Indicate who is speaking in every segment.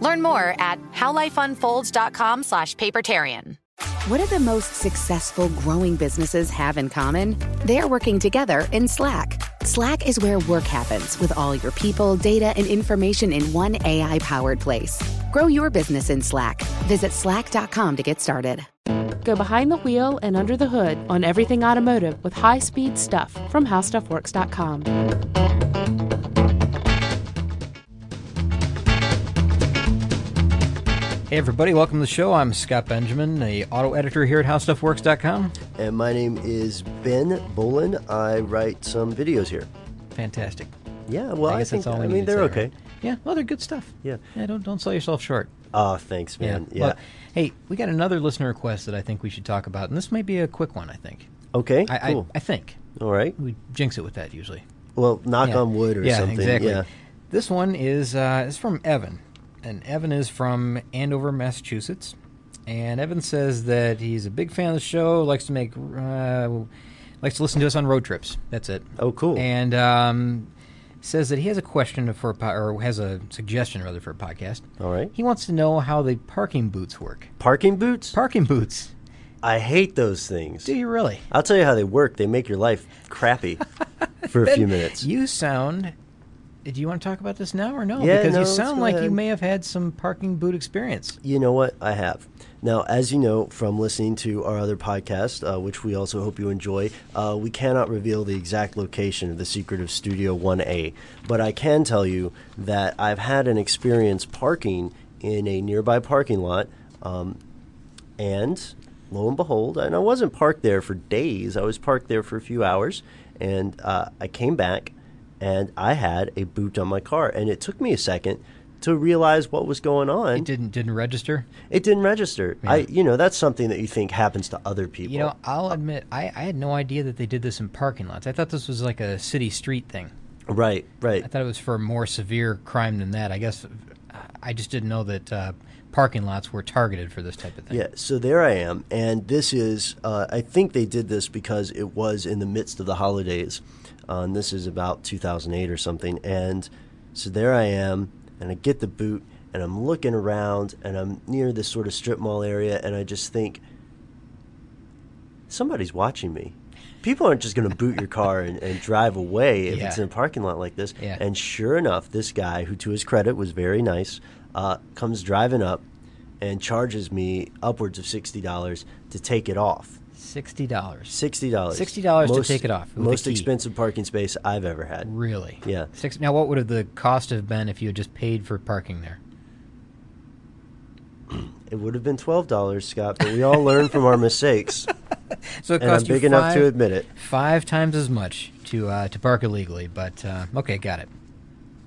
Speaker 1: Learn more at howlifeunfolds.com slash papertarian.
Speaker 2: What do the most successful growing businesses have in common? They're working together in Slack. Slack is where work happens with all your people, data, and information in one AI powered place. Grow your business in Slack. Visit slack.com to get started.
Speaker 3: Go behind the wheel and under the hood on everything automotive with high speed stuff from howstuffworks.com.
Speaker 4: Hey, everybody, welcome to the show. I'm Scott Benjamin, the auto editor here at HowStuffWorks.com.
Speaker 5: And my name is Ben Bolin. I write some videos here.
Speaker 4: Fantastic.
Speaker 5: Yeah, well, I,
Speaker 4: guess
Speaker 5: think,
Speaker 4: that's all we
Speaker 5: I
Speaker 4: need
Speaker 5: mean,
Speaker 4: to
Speaker 5: they're
Speaker 4: say,
Speaker 5: okay.
Speaker 4: right? Yeah, well, they're good stuff.
Speaker 5: Yeah.
Speaker 4: don't, don't sell yourself short.
Speaker 5: Oh, thanks, man. Yeah.
Speaker 4: Well, hey, we got another listener request that I think we should talk about, and this might be a quick one, I think.
Speaker 5: okay.
Speaker 4: I,
Speaker 5: cool.
Speaker 4: I, I think.
Speaker 5: all right.
Speaker 4: We jinx it with that usually.
Speaker 5: Well, knock
Speaker 4: Yeah.
Speaker 5: on wood or
Speaker 4: yeah,
Speaker 5: something.
Speaker 4: Exactly.
Speaker 5: Yeah.
Speaker 4: This one is uh, is from Evan, and Evan is from Andover, Massachusetts. And Evan says that he's a big fan of the show, likes to make, uh, likes to listen to us on road trips. That's it.
Speaker 5: Oh, cool.
Speaker 4: And um, says that he has a question for a po- or has a suggestion rather for a podcast.
Speaker 5: All right.
Speaker 4: He wants to know how the parking boots work.
Speaker 5: Parking boots?
Speaker 4: Parking boots?
Speaker 5: I hate those things.
Speaker 4: Do you really?
Speaker 5: I'll tell you how they work. They make your life crappy for a few minutes.
Speaker 4: You sound. Do you want to talk about this now or no?
Speaker 5: Yeah,
Speaker 4: because
Speaker 5: no,
Speaker 4: you
Speaker 5: let's
Speaker 4: sound
Speaker 5: go
Speaker 4: like you
Speaker 5: ahead.
Speaker 4: may have had some parking boot experience.
Speaker 5: you know what? I have. Now, as you know from listening to our other podcast, uh, which we also hope you enjoy, uh, we cannot reveal the exact location of the secret of Studio 1A. But I can tell you that I've had an experience parking in a nearby parking lot. Um, and lo and behold, and I wasn't parked there for days. I was parked there for a few hours, and uh, I came back, and I had a boot on my car, and it took me a second to realize what was going on.
Speaker 4: It didn't didn't register.
Speaker 5: It didn't register. I, you know, that's something that you think happens to other people.
Speaker 4: You know, I'll admit I, I had no idea that they did this in parking lots. I thought this was like a city street thing.
Speaker 5: right, right.
Speaker 4: I thought it was for more severe crime than that. I guess I just didn't know that uh, parking lots were targeted for this type of thing.
Speaker 5: Yeah, so there I am, and this is. Uh, I think they did this because it was in the midst of the holidays, uh, and this is about 2008 or something. And so there I am, and I get the boot, and I'm looking around, and I'm near this sort of strip mall area, and I just think, somebody's watching me. People aren't just going to boot your car and, and drive away if
Speaker 4: Yeah.
Speaker 5: it's in a parking lot like this.
Speaker 4: Yeah.
Speaker 5: And sure enough, this guy, who to his credit was very nice, uh, comes driving up and charges me upwards of $60 to take it off.
Speaker 4: Sixty dollars.
Speaker 5: $60.
Speaker 4: $60 to take it off with a
Speaker 5: Most
Speaker 4: key.
Speaker 5: expensive parking space I've ever had.
Speaker 4: Really?
Speaker 5: Yeah.
Speaker 4: Six. Now, what would have the cost have been if you had just paid for parking there?
Speaker 5: It would have been $12, Scott, but we all learn from our mistakes.
Speaker 4: So it
Speaker 5: And I'm
Speaker 4: cost you
Speaker 5: big enough to
Speaker 4: five-
Speaker 5: admit it.
Speaker 4: Five times as much to uh, to park illegally, but uh, okay, got it.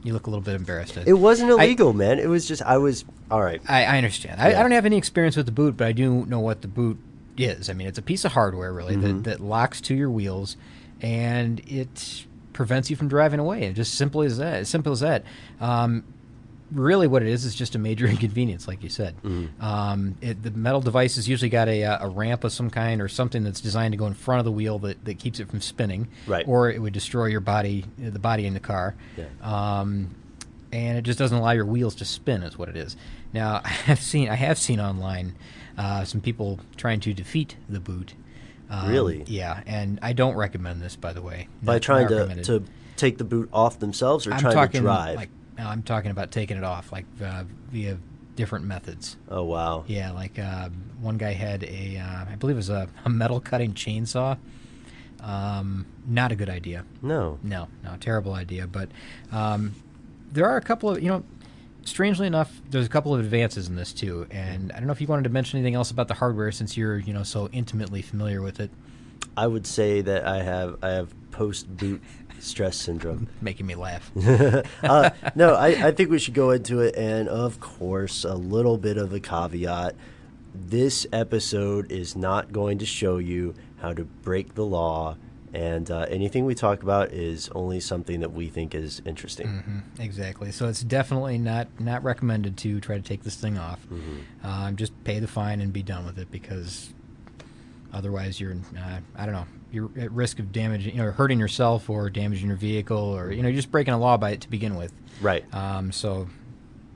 Speaker 4: You look a little bit embarrassed.
Speaker 5: It wasn't illegal, man. It was just, I was, all right.
Speaker 4: I, I understand. I, I
Speaker 5: Yeah.
Speaker 4: don't have any experience with the boot, but I do know what the boot is. I mean, it's a piece of hardware, really,
Speaker 5: Mm-hmm.
Speaker 4: that, that locks to your wheels, and it prevents you from driving away. And just simply as that, as simple as that. Um, really, what it is is just a major inconvenience, like you said.
Speaker 5: Mm.
Speaker 4: Um, it, the metal device has usually got a, uh, a ramp of some kind or something that's designed to go in front of the wheel that, that keeps it from spinning,
Speaker 5: Right.
Speaker 4: Or it would destroy your body, the body in the car. Um, and it just doesn't allow your wheels to spin is what it is now i have seen i have seen online uh, some people trying to defeat the boot Um,
Speaker 5: Really?
Speaker 4: yeah and i don't recommend this by the way
Speaker 5: by
Speaker 4: Not-
Speaker 5: trying
Speaker 4: not
Speaker 5: to,
Speaker 4: recommended.
Speaker 5: to take the boot off themselves or
Speaker 4: i'm
Speaker 5: trying
Speaker 4: talking
Speaker 5: to drive.
Speaker 4: like no, i'm talking about taking it off like uh, via different methods.
Speaker 5: Oh wow.
Speaker 4: Yeah, like uh, one guy had a, uh, I believe it was a, a metal cutting chainsaw. Um, not a good idea.
Speaker 5: No.
Speaker 4: No, no, terrible idea. But um, there are a couple of, you know, strangely enough, there's a couple of advances in this too. And I don't know if you wanted to mention anything else about the hardware since you're, you know, so intimately familiar with it,
Speaker 5: I would say that I have I have post boot stress syndrome.
Speaker 4: making me laugh.
Speaker 5: uh, no, I, I think we should go into it. And of course, a little bit of a caveat. This episode is not going to show you how to break the law. And uh, anything we talk about is only something that we think is interesting.
Speaker 4: Mm-hmm. Exactly. So it's definitely not not recommended to try to take this thing off. Um, just pay the fine and be done with it because otherwise you're uh, I don't know you're at risk of damaging you know, hurting yourself or damaging your vehicle or you know you're just breaking a law by it to begin with.
Speaker 5: Right.
Speaker 4: Um, so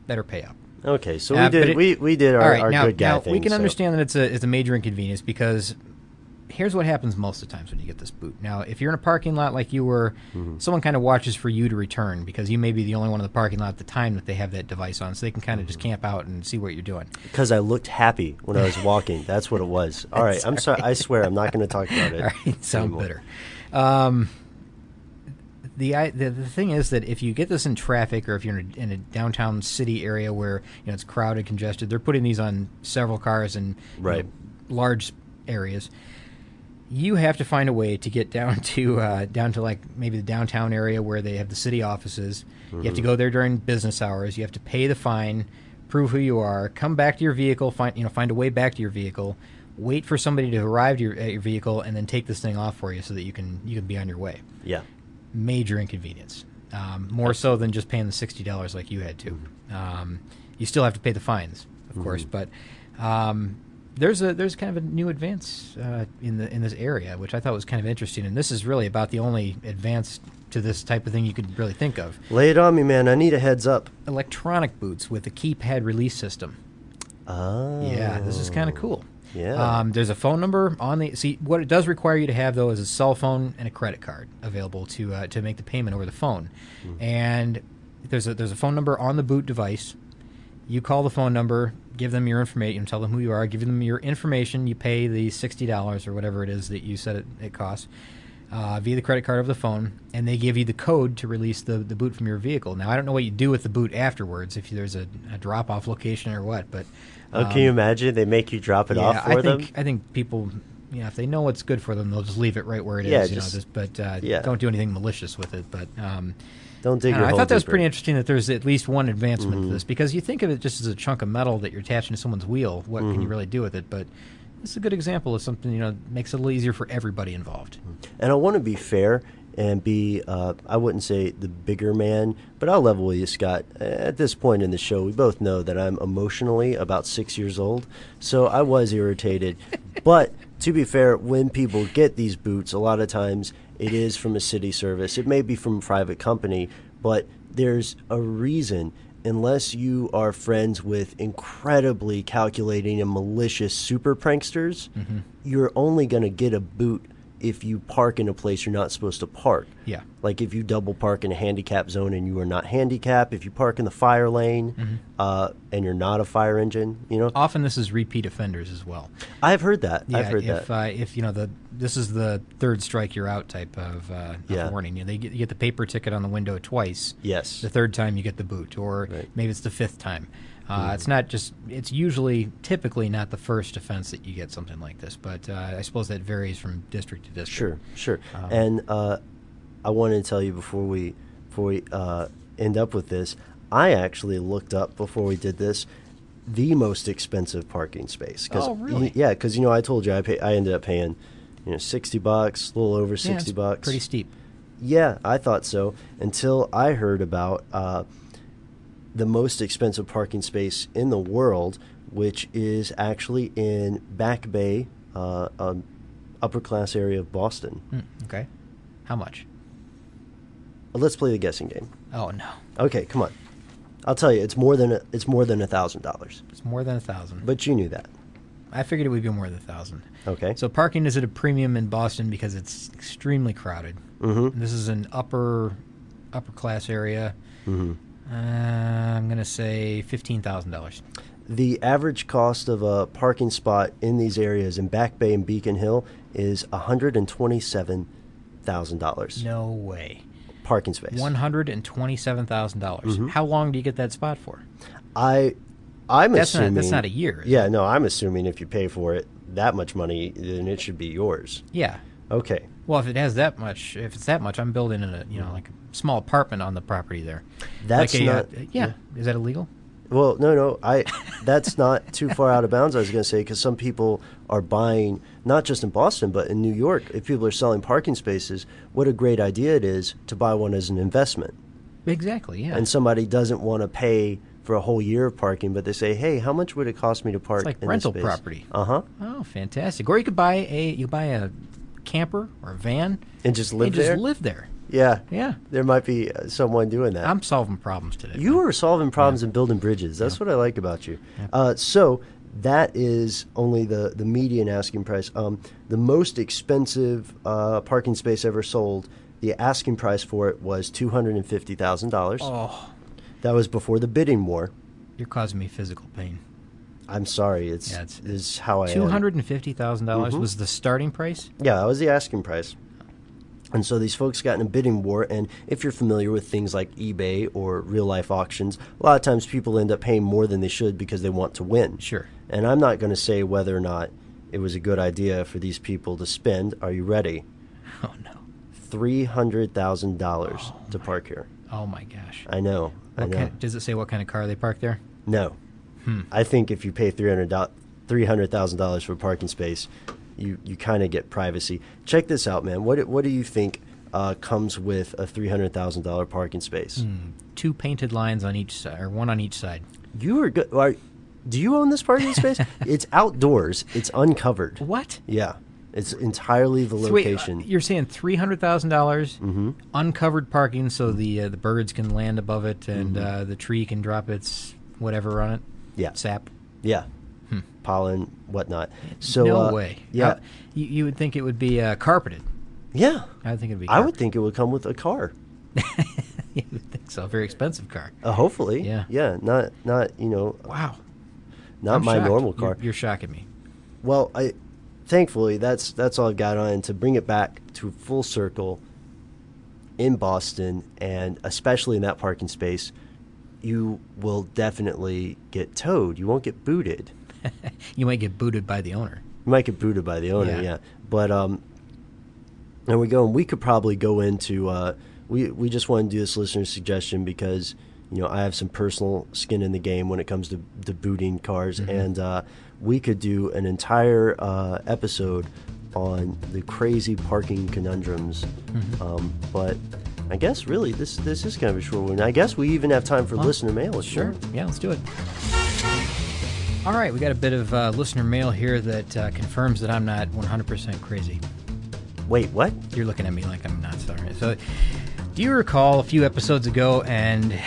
Speaker 4: better pay up.
Speaker 5: Okay. So
Speaker 4: Uh,
Speaker 5: we
Speaker 4: but
Speaker 5: did
Speaker 4: it-
Speaker 5: we, we did our,
Speaker 4: all right,
Speaker 5: our
Speaker 4: now,
Speaker 5: good guy
Speaker 4: now
Speaker 5: thing.
Speaker 4: we can
Speaker 5: so-
Speaker 4: understand that it's a it's a major inconvenience because here's what happens most of the times when you get this boot. Now, if you're in a parking lot like you were,
Speaker 5: Mm-hmm.
Speaker 4: someone kind of watches for you to return because you may be the only one in the parking lot at the time that they have that device on, so they can kind
Speaker 5: Mm-hmm.
Speaker 4: of just camp out and see what you're doing.
Speaker 5: Because I looked happy when I was walking. That's what it was. All right. I'm sorry. I swear I'm not going to talk about it.
Speaker 4: All right, sound
Speaker 5: anymore.
Speaker 4: bitter. Um, the, I, the the thing is that if you get this in traffic or if you're in a, in a downtown city area where you know it's crowded, congested, they're putting these on several cars and you know,
Speaker 5: Right.
Speaker 4: large areas. You have to find a way to get down to uh, down to like maybe the downtown area where they have the city offices. You have to go there during business hours. You have to pay the fine, prove who you are, come back to your vehicle, find you know find a way back to your vehicle, wait for somebody to arrive to your, at your vehicle, and then take this thing off for you so that you can you can be on your way.
Speaker 5: Yeah.
Speaker 4: Major inconvenience, um, more so than just paying the sixty dollars like you had to. Um, you still have to pay the fines, of course, but. Um, there's a there's kind of a new advance uh, in the in this area, which I thought was kind of interesting, and this is really about the only advance to this type of thing you could really think of.
Speaker 5: Lay it on me, man. I need a heads up.
Speaker 4: Electronic boots with a keypad release system.
Speaker 5: Oh.
Speaker 4: Yeah, this is kind of cool.
Speaker 5: Yeah.
Speaker 4: Um, there's a phone number on the. See, what it does require you to have though is a cell phone and a credit card available to uh, to make the payment over the phone.
Speaker 5: Mm-hmm.
Speaker 4: And there's a there's a phone number on the boot device. You call the phone number, give them your information, tell them who you are, give them your information. You pay the sixty dollars or whatever it is that you said it, it costs. Uh, via the credit card over the phone, and they give you the code to release the, the boot from your vehicle. Now, I don't know what you do with the boot afterwards, if there's a, a drop off location or what, but
Speaker 5: Oh, can you imagine? They make you drop it off for
Speaker 4: Um, I
Speaker 5: them.
Speaker 4: think, I think people, you know, if they know what's good for them, they'll just leave it right where it is.
Speaker 5: Yeah,
Speaker 4: you
Speaker 5: just-
Speaker 4: know, just, but uh,
Speaker 5: yeah.
Speaker 4: don't do anything malicious with it. But um,
Speaker 5: Don't
Speaker 4: I,
Speaker 5: dig
Speaker 4: don't
Speaker 5: your
Speaker 4: know, I
Speaker 5: hole
Speaker 4: thought that was
Speaker 5: deeper.
Speaker 4: pretty interesting that there's at least one advancement to this because you think of it just as a chunk of metal that you're attaching to someone's wheel. What can you really do with it? But this is a good example of something you know makes it a little easier for everybody involved.
Speaker 5: And I want to be fair and be, uh, I wouldn't say the bigger man, but I'll level with you, Scott. At this point in the show, we both know that I'm emotionally about six years old, so I was irritated. but to be fair, when people get these boots, a lot of times it is from a city service, it may be from a private company, but there's a reason. Unless you are friends with incredibly calculating and malicious super pranksters, you're only going to get a boot if you park in a place you're not supposed to park.
Speaker 4: Yeah.
Speaker 5: Like if you double park in a handicap zone and you are not handicapped, if you park in the fire lane
Speaker 4: Mm-hmm.
Speaker 5: uh, and you're not a fire engine, you know.
Speaker 4: Often this is repeat offenders as well.
Speaker 5: I've heard that.
Speaker 4: Uh, Yeah,
Speaker 5: I've heard
Speaker 4: if,
Speaker 5: that.
Speaker 4: Uh, if you know the this is the third strike you're out type of, uh, of
Speaker 5: Yeah.
Speaker 4: warning. You know, they get, you get the paper ticket on the window twice.
Speaker 5: Yes.
Speaker 4: The third time you get the boot, or
Speaker 5: Right. Hmm.
Speaker 4: maybe it's the fifth time. Uh, It's not just. It's usually typically not the first offense that you get something like this, but uh, I suppose that varies from district to district.
Speaker 5: Sure, sure.
Speaker 4: um,
Speaker 5: and uh, I wanted to tell you before we before we uh, end up with this, I actually looked up before we did this the most expensive parking space. 'cause-
Speaker 4: Oh, really?
Speaker 5: Yeah, because you know I told you I pay, I ended up paying you know sixty bucks, a little over
Speaker 4: Yeah,
Speaker 5: sixty
Speaker 4: it's
Speaker 5: bucks.
Speaker 4: Pretty steep.
Speaker 5: Yeah, I thought so until I heard about uh, the most expensive parking space in the world, which is actually in Back Bay, uh, um, upper class area of Boston.
Speaker 4: Hmm. Okay. How much?
Speaker 5: Uh, Let's play the guessing game.
Speaker 4: Oh no,
Speaker 5: Okay, come on. I'll tell you, it's more than a, it's more than a thousand dollars.
Speaker 4: it's more than a thousand.
Speaker 5: But you knew that.
Speaker 4: I figured it would be more than a thousand.
Speaker 5: Okay.
Speaker 4: So parking is at a premium in Boston because it's extremely crowded. Mm-hmm. This is an upper upper class area. Mm-hmm. Uh, I'm gonna say fifteen thousand dollars.
Speaker 5: The average cost of a parking spot in these areas in Back Bay and Beacon Hill is $127,000
Speaker 4: No way.
Speaker 5: parking space.
Speaker 4: One hundred and twenty-seven thousand dollars. How long do you get that spot for?
Speaker 5: I I'm
Speaker 4: That's not-
Speaker 5: assuming
Speaker 4: that's not a year, is
Speaker 5: Yeah, no, I'm assuming if you pay for it that much money, then it should be yours.
Speaker 4: Yeah.
Speaker 5: Okay.
Speaker 4: Well, if it has that much, if it's that much, I'm building in a you know like a small apartment on the property there.
Speaker 5: That's
Speaker 4: like a, uh,
Speaker 5: not-
Speaker 4: yeah. Is that illegal?
Speaker 5: Well, no, no, I that's not too far out of bounds. I was going to say because some people are buying not just in Boston but in New York. If people are selling parking spaces, what a great idea it is to buy one as an investment.
Speaker 4: Exactly. Yeah.
Speaker 5: And somebody doesn't want to pay for a whole year of parking, but they say, "Hey, how much would it cost me to park?"
Speaker 4: it's like
Speaker 5: in
Speaker 4: rental
Speaker 5: this
Speaker 4: property.
Speaker 5: Uh huh.
Speaker 4: Oh, fantastic! Or you could buy a you buy a camper or a van
Speaker 5: And just live
Speaker 4: and just
Speaker 5: there?
Speaker 4: live there.
Speaker 5: Yeah.
Speaker 4: Yeah.
Speaker 5: There might be uh, someone doing that.
Speaker 4: I'm solving problems today.
Speaker 5: You are solving problems and building bridges. That's what I like about you. Uh, so that is only the the median asking price. Um, the most expensive uh, parking space ever sold. The asking price for it was two hundred and fifty thousand dollars.
Speaker 4: Oh,
Speaker 5: That was before the bidding war.
Speaker 4: you're causing me physical pain.
Speaker 5: I'm sorry. It's
Speaker 4: Yeah, it's-
Speaker 5: is how I am.
Speaker 4: Two hundred and fifty thousand dollars
Speaker 5: Mm-hmm.
Speaker 4: was the starting price.
Speaker 5: Yeah, that was the asking price. And so these folks got in a bidding war, and if you're familiar with things like eBay or real life auctions, a lot of times people end up paying more than they should because they want to win.
Speaker 4: Sure.
Speaker 5: And I'm not going to say whether or not it was a good idea for these people to spend. Are you ready?
Speaker 4: Oh no!
Speaker 5: Three hundred thousand dollars to park here.
Speaker 4: Oh my gosh!
Speaker 5: I know. I
Speaker 4: What
Speaker 5: know.
Speaker 4: kind, does it say what kind of car they parked there?
Speaker 5: No.
Speaker 4: Hmm.
Speaker 5: I think if you pay three hundred dollars for a parking space, you, you kind of get privacy. Check this out, man. What do- what do you think uh, comes with a three hundred thousand dollar parking space?
Speaker 4: Hmm. Two painted lines on each side, or one on each side.
Speaker 5: You are good. Are, do you own this parking space? it's outdoors. It's uncovered.
Speaker 4: What?
Speaker 5: Yeah, it's entirely the
Speaker 4: So wait, uh,
Speaker 5: location. Mm-hmm.
Speaker 4: you're saying three dollars, uncovered parking, so the uh, the birds can land above it, and uh, the tree can drop its whatever on it.
Speaker 5: Mm-hmm. Yeah.
Speaker 4: sap.
Speaker 5: yeah, pollen, whatnot. So
Speaker 4: Hmm. no
Speaker 5: uh,
Speaker 4: way.
Speaker 5: Yeah,
Speaker 4: How- you, you would think it would be uh, carpeted.
Speaker 5: yeah.
Speaker 4: I would think it'd be.
Speaker 5: I
Speaker 4: Carpeted.
Speaker 5: would think it would come with a car.
Speaker 4: you would think so. Very expensive car.
Speaker 5: Uh, hopefully.
Speaker 4: Yeah.
Speaker 5: Yeah. Not not you know
Speaker 4: Wow.
Speaker 5: not
Speaker 4: I'm
Speaker 5: my
Speaker 4: shocked.
Speaker 5: normal
Speaker 4: You're-
Speaker 5: car.
Speaker 4: You're, shocking me.
Speaker 5: Well, I thankfully that's that's all I've got on to bring it back to full circle in Boston and especially in that parking space, you will definitely get towed. You won't get booted.
Speaker 4: You might get booted by the owner.
Speaker 5: You might get booted by the owner, yeah.
Speaker 4: Yeah.
Speaker 5: But um there we go. And we could probably go into uh we we just want to do this listener suggestion because you know, I have some personal skin in the game when it comes to, to booting cars,
Speaker 4: Mm-hmm.
Speaker 5: and uh, we could do an entire uh, episode on the crazy parking conundrums.
Speaker 4: Mm-hmm.
Speaker 5: Um, but I guess really this this is kind of a short one. I guess we even have time for listener mail. if you
Speaker 4: Sure.
Speaker 5: want.
Speaker 4: Yeah, let's do it. All right, we got a bit of uh, listener mail here that uh, confirms that I'm not 100% crazy.
Speaker 5: Wait, what?
Speaker 4: You're looking at me like I'm not sorry. So, do you recall a few episodes ago, and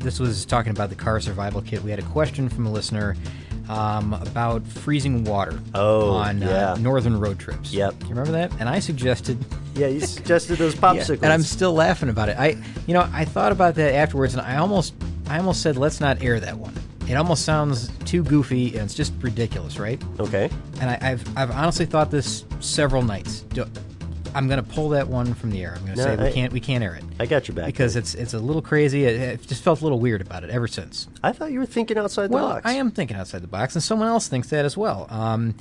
Speaker 4: this was talking about the car survival kit? We had a question from a listener um, about freezing water
Speaker 5: Oh,
Speaker 4: on
Speaker 5: yeah.
Speaker 4: uh, northern road trips.
Speaker 5: Yep.
Speaker 4: Do you remember that? And I suggested.
Speaker 5: Yeah, you suggested those popsicles.
Speaker 4: And I'm still laughing about it. I, you know, I thought about that afterwards, and I almost, I almost said, let's not air that one. It almost sounds too goofy, and it's just ridiculous, right?
Speaker 5: okay.
Speaker 4: and I, I've I've honestly thought this several nights. Do, I'm gonna pull that one from the air. I'm gonna
Speaker 5: No,
Speaker 4: say
Speaker 5: I-
Speaker 4: we can't we can't air it
Speaker 5: I got your back.
Speaker 4: because it's it's a little crazy. I, I've just felt a little weird about it ever since.
Speaker 5: I thought you were thinking outside the
Speaker 4: Well,
Speaker 5: box.
Speaker 4: I am thinking outside the box, and someone else thinks that as well. Um,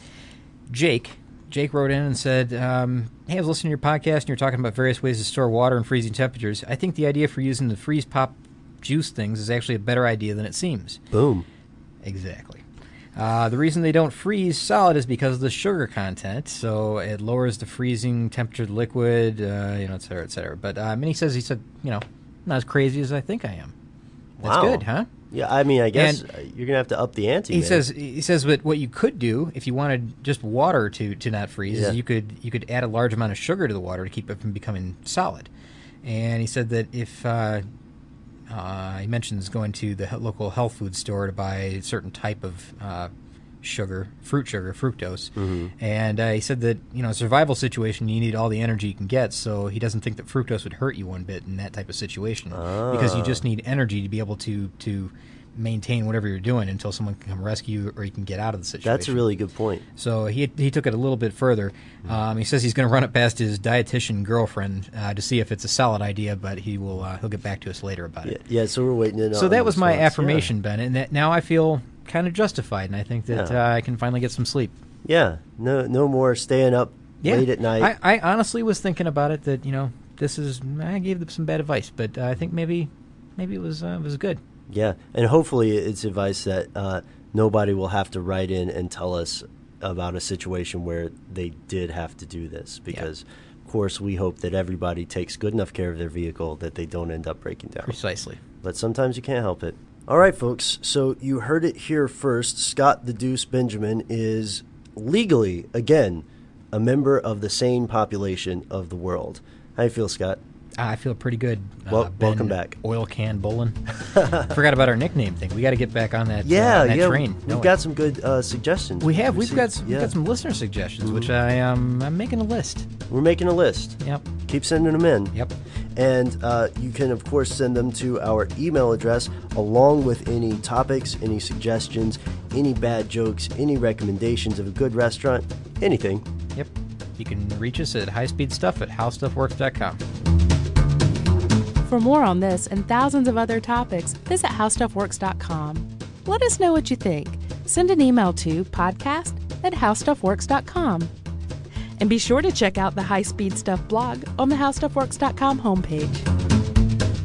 Speaker 4: Jake. Jake wrote in and said, um, "Hey, I was listening to your podcast, and you were talking about various ways to store water in freezing temperatures. I think the idea for using the freeze pop juice things is actually a better idea than it seems.
Speaker 5: Boom.
Speaker 4: Exactly. Uh, the reason they don't freeze solid is because of the sugar content, so it lowers the freezing temperature of the liquid, uh, you know, et cetera, et cetera. But um, and he says he said, you know, not as crazy as I think I am. That's
Speaker 5: Wow.
Speaker 4: good, huh?
Speaker 5: Yeah, I mean, I guess
Speaker 4: And-
Speaker 5: uh, you're gonna have to up the ante.
Speaker 4: He
Speaker 5: man.
Speaker 4: says he says, but what you could do if you wanted just water to to not freeze
Speaker 5: Yeah.
Speaker 4: is you could you could add a large amount of sugar to the water to keep it from becoming solid. And he said that if uh, uh, he mentions going to the he- local health food store to buy a certain type of uh, sugar, fruit sugar, fructose,
Speaker 5: Mm-hmm.
Speaker 4: and uh, he said that you know survival situation you need all the energy you can get, so he doesn't think that
Speaker 5: Ah.
Speaker 4: fructose would hurt you one bit in that type of situation because you just need energy to be able to to maintain whatever you're doing until someone can come rescue you or you can get out of the situation.
Speaker 5: That's a really Mm-hmm. good point.
Speaker 4: So he, he took it a little bit further. Um, he says he's going to run it past his dietitian girlfriend uh, to see if it's a solid idea, but he will uh, he'll get back to us later about
Speaker 5: Yeah,
Speaker 4: it.
Speaker 5: yeah so we're waiting. in
Speaker 4: So
Speaker 5: on
Speaker 4: that was my
Speaker 5: response. Yeah.
Speaker 4: affirmation, Ben, and that now I feel kind of justified, and I think that
Speaker 5: Yeah.
Speaker 4: uh, I can finally get some sleep.
Speaker 5: Yeah. No, no more staying up
Speaker 4: Yeah.
Speaker 5: late at night.
Speaker 4: I, I honestly was thinking about it that you know this is I gave them some bad advice, but uh, I think maybe maybe it was uh, it was good.
Speaker 5: Yeah, and hopefully it's advice that uh, nobody will have to write in and tell us about a situation where they did have to do this because. Of course, we hope that everybody takes good enough care of their vehicle that they don't end up breaking down.
Speaker 4: Precisely.
Speaker 5: But sometimes you can't help it. All right, folks. So you heard it here first. Scott the Deuce Benjamin is legally, again, a member of the sane population of the world. How you feel, Scott?
Speaker 4: Ah, I feel pretty good.
Speaker 5: Wel-
Speaker 4: uh, Ben
Speaker 5: welcome back.
Speaker 4: Oil can bowling. Forgot about our nickname thing. We got to get back on that.
Speaker 5: Yeah,
Speaker 4: uh, on that
Speaker 5: yeah.
Speaker 4: Train.
Speaker 5: We've
Speaker 4: don't
Speaker 5: got some good uh, suggestions.
Speaker 4: We have. We've got
Speaker 5: received.
Speaker 4: some,
Speaker 5: Yeah.
Speaker 4: we've got some listener suggestions, which I um I'm making a list.
Speaker 5: We're making a list.
Speaker 4: Yep.
Speaker 5: Keep sending them in.
Speaker 4: Yep.
Speaker 5: And uh, you can, of course, send them to our email address along with any topics, any suggestions, any bad jokes, any recommendations of a good restaurant, anything.
Speaker 4: Yep. You can reach us at highspeedstuff at howstuffworks.com.
Speaker 3: For more on this and thousands of other topics, visit howstuffworks.com. Let us know what you think. Send an email to podcast at howstuffworks.com. And be sure to check out the High Speed Stuff blog on the howstuffworks.com homepage.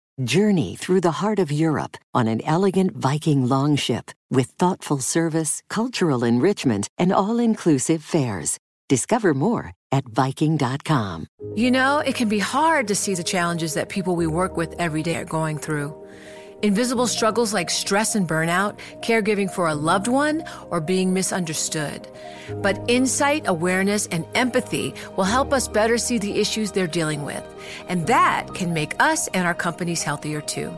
Speaker 6: Journey through the heart of Europe on an elegant Viking longship with thoughtful service, cultural enrichment, and all inclusive fares. Discover more at Viking.com.
Speaker 7: You know, it can be hard to see the challenges that people we work with every day are going through. Invisible struggles like stress and burnout, caregiving for a loved one, or being misunderstood. But insight, awareness, and empathy will help us better see the issues they're dealing with. And that can make us and our companies healthier too.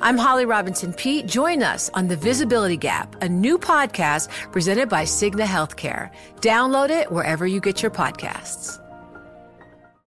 Speaker 7: I'm Holly Robinson Pete. Join us on The Visibility Gap, a new podcast presented by Cigna Healthcare. Download it wherever you get your podcasts.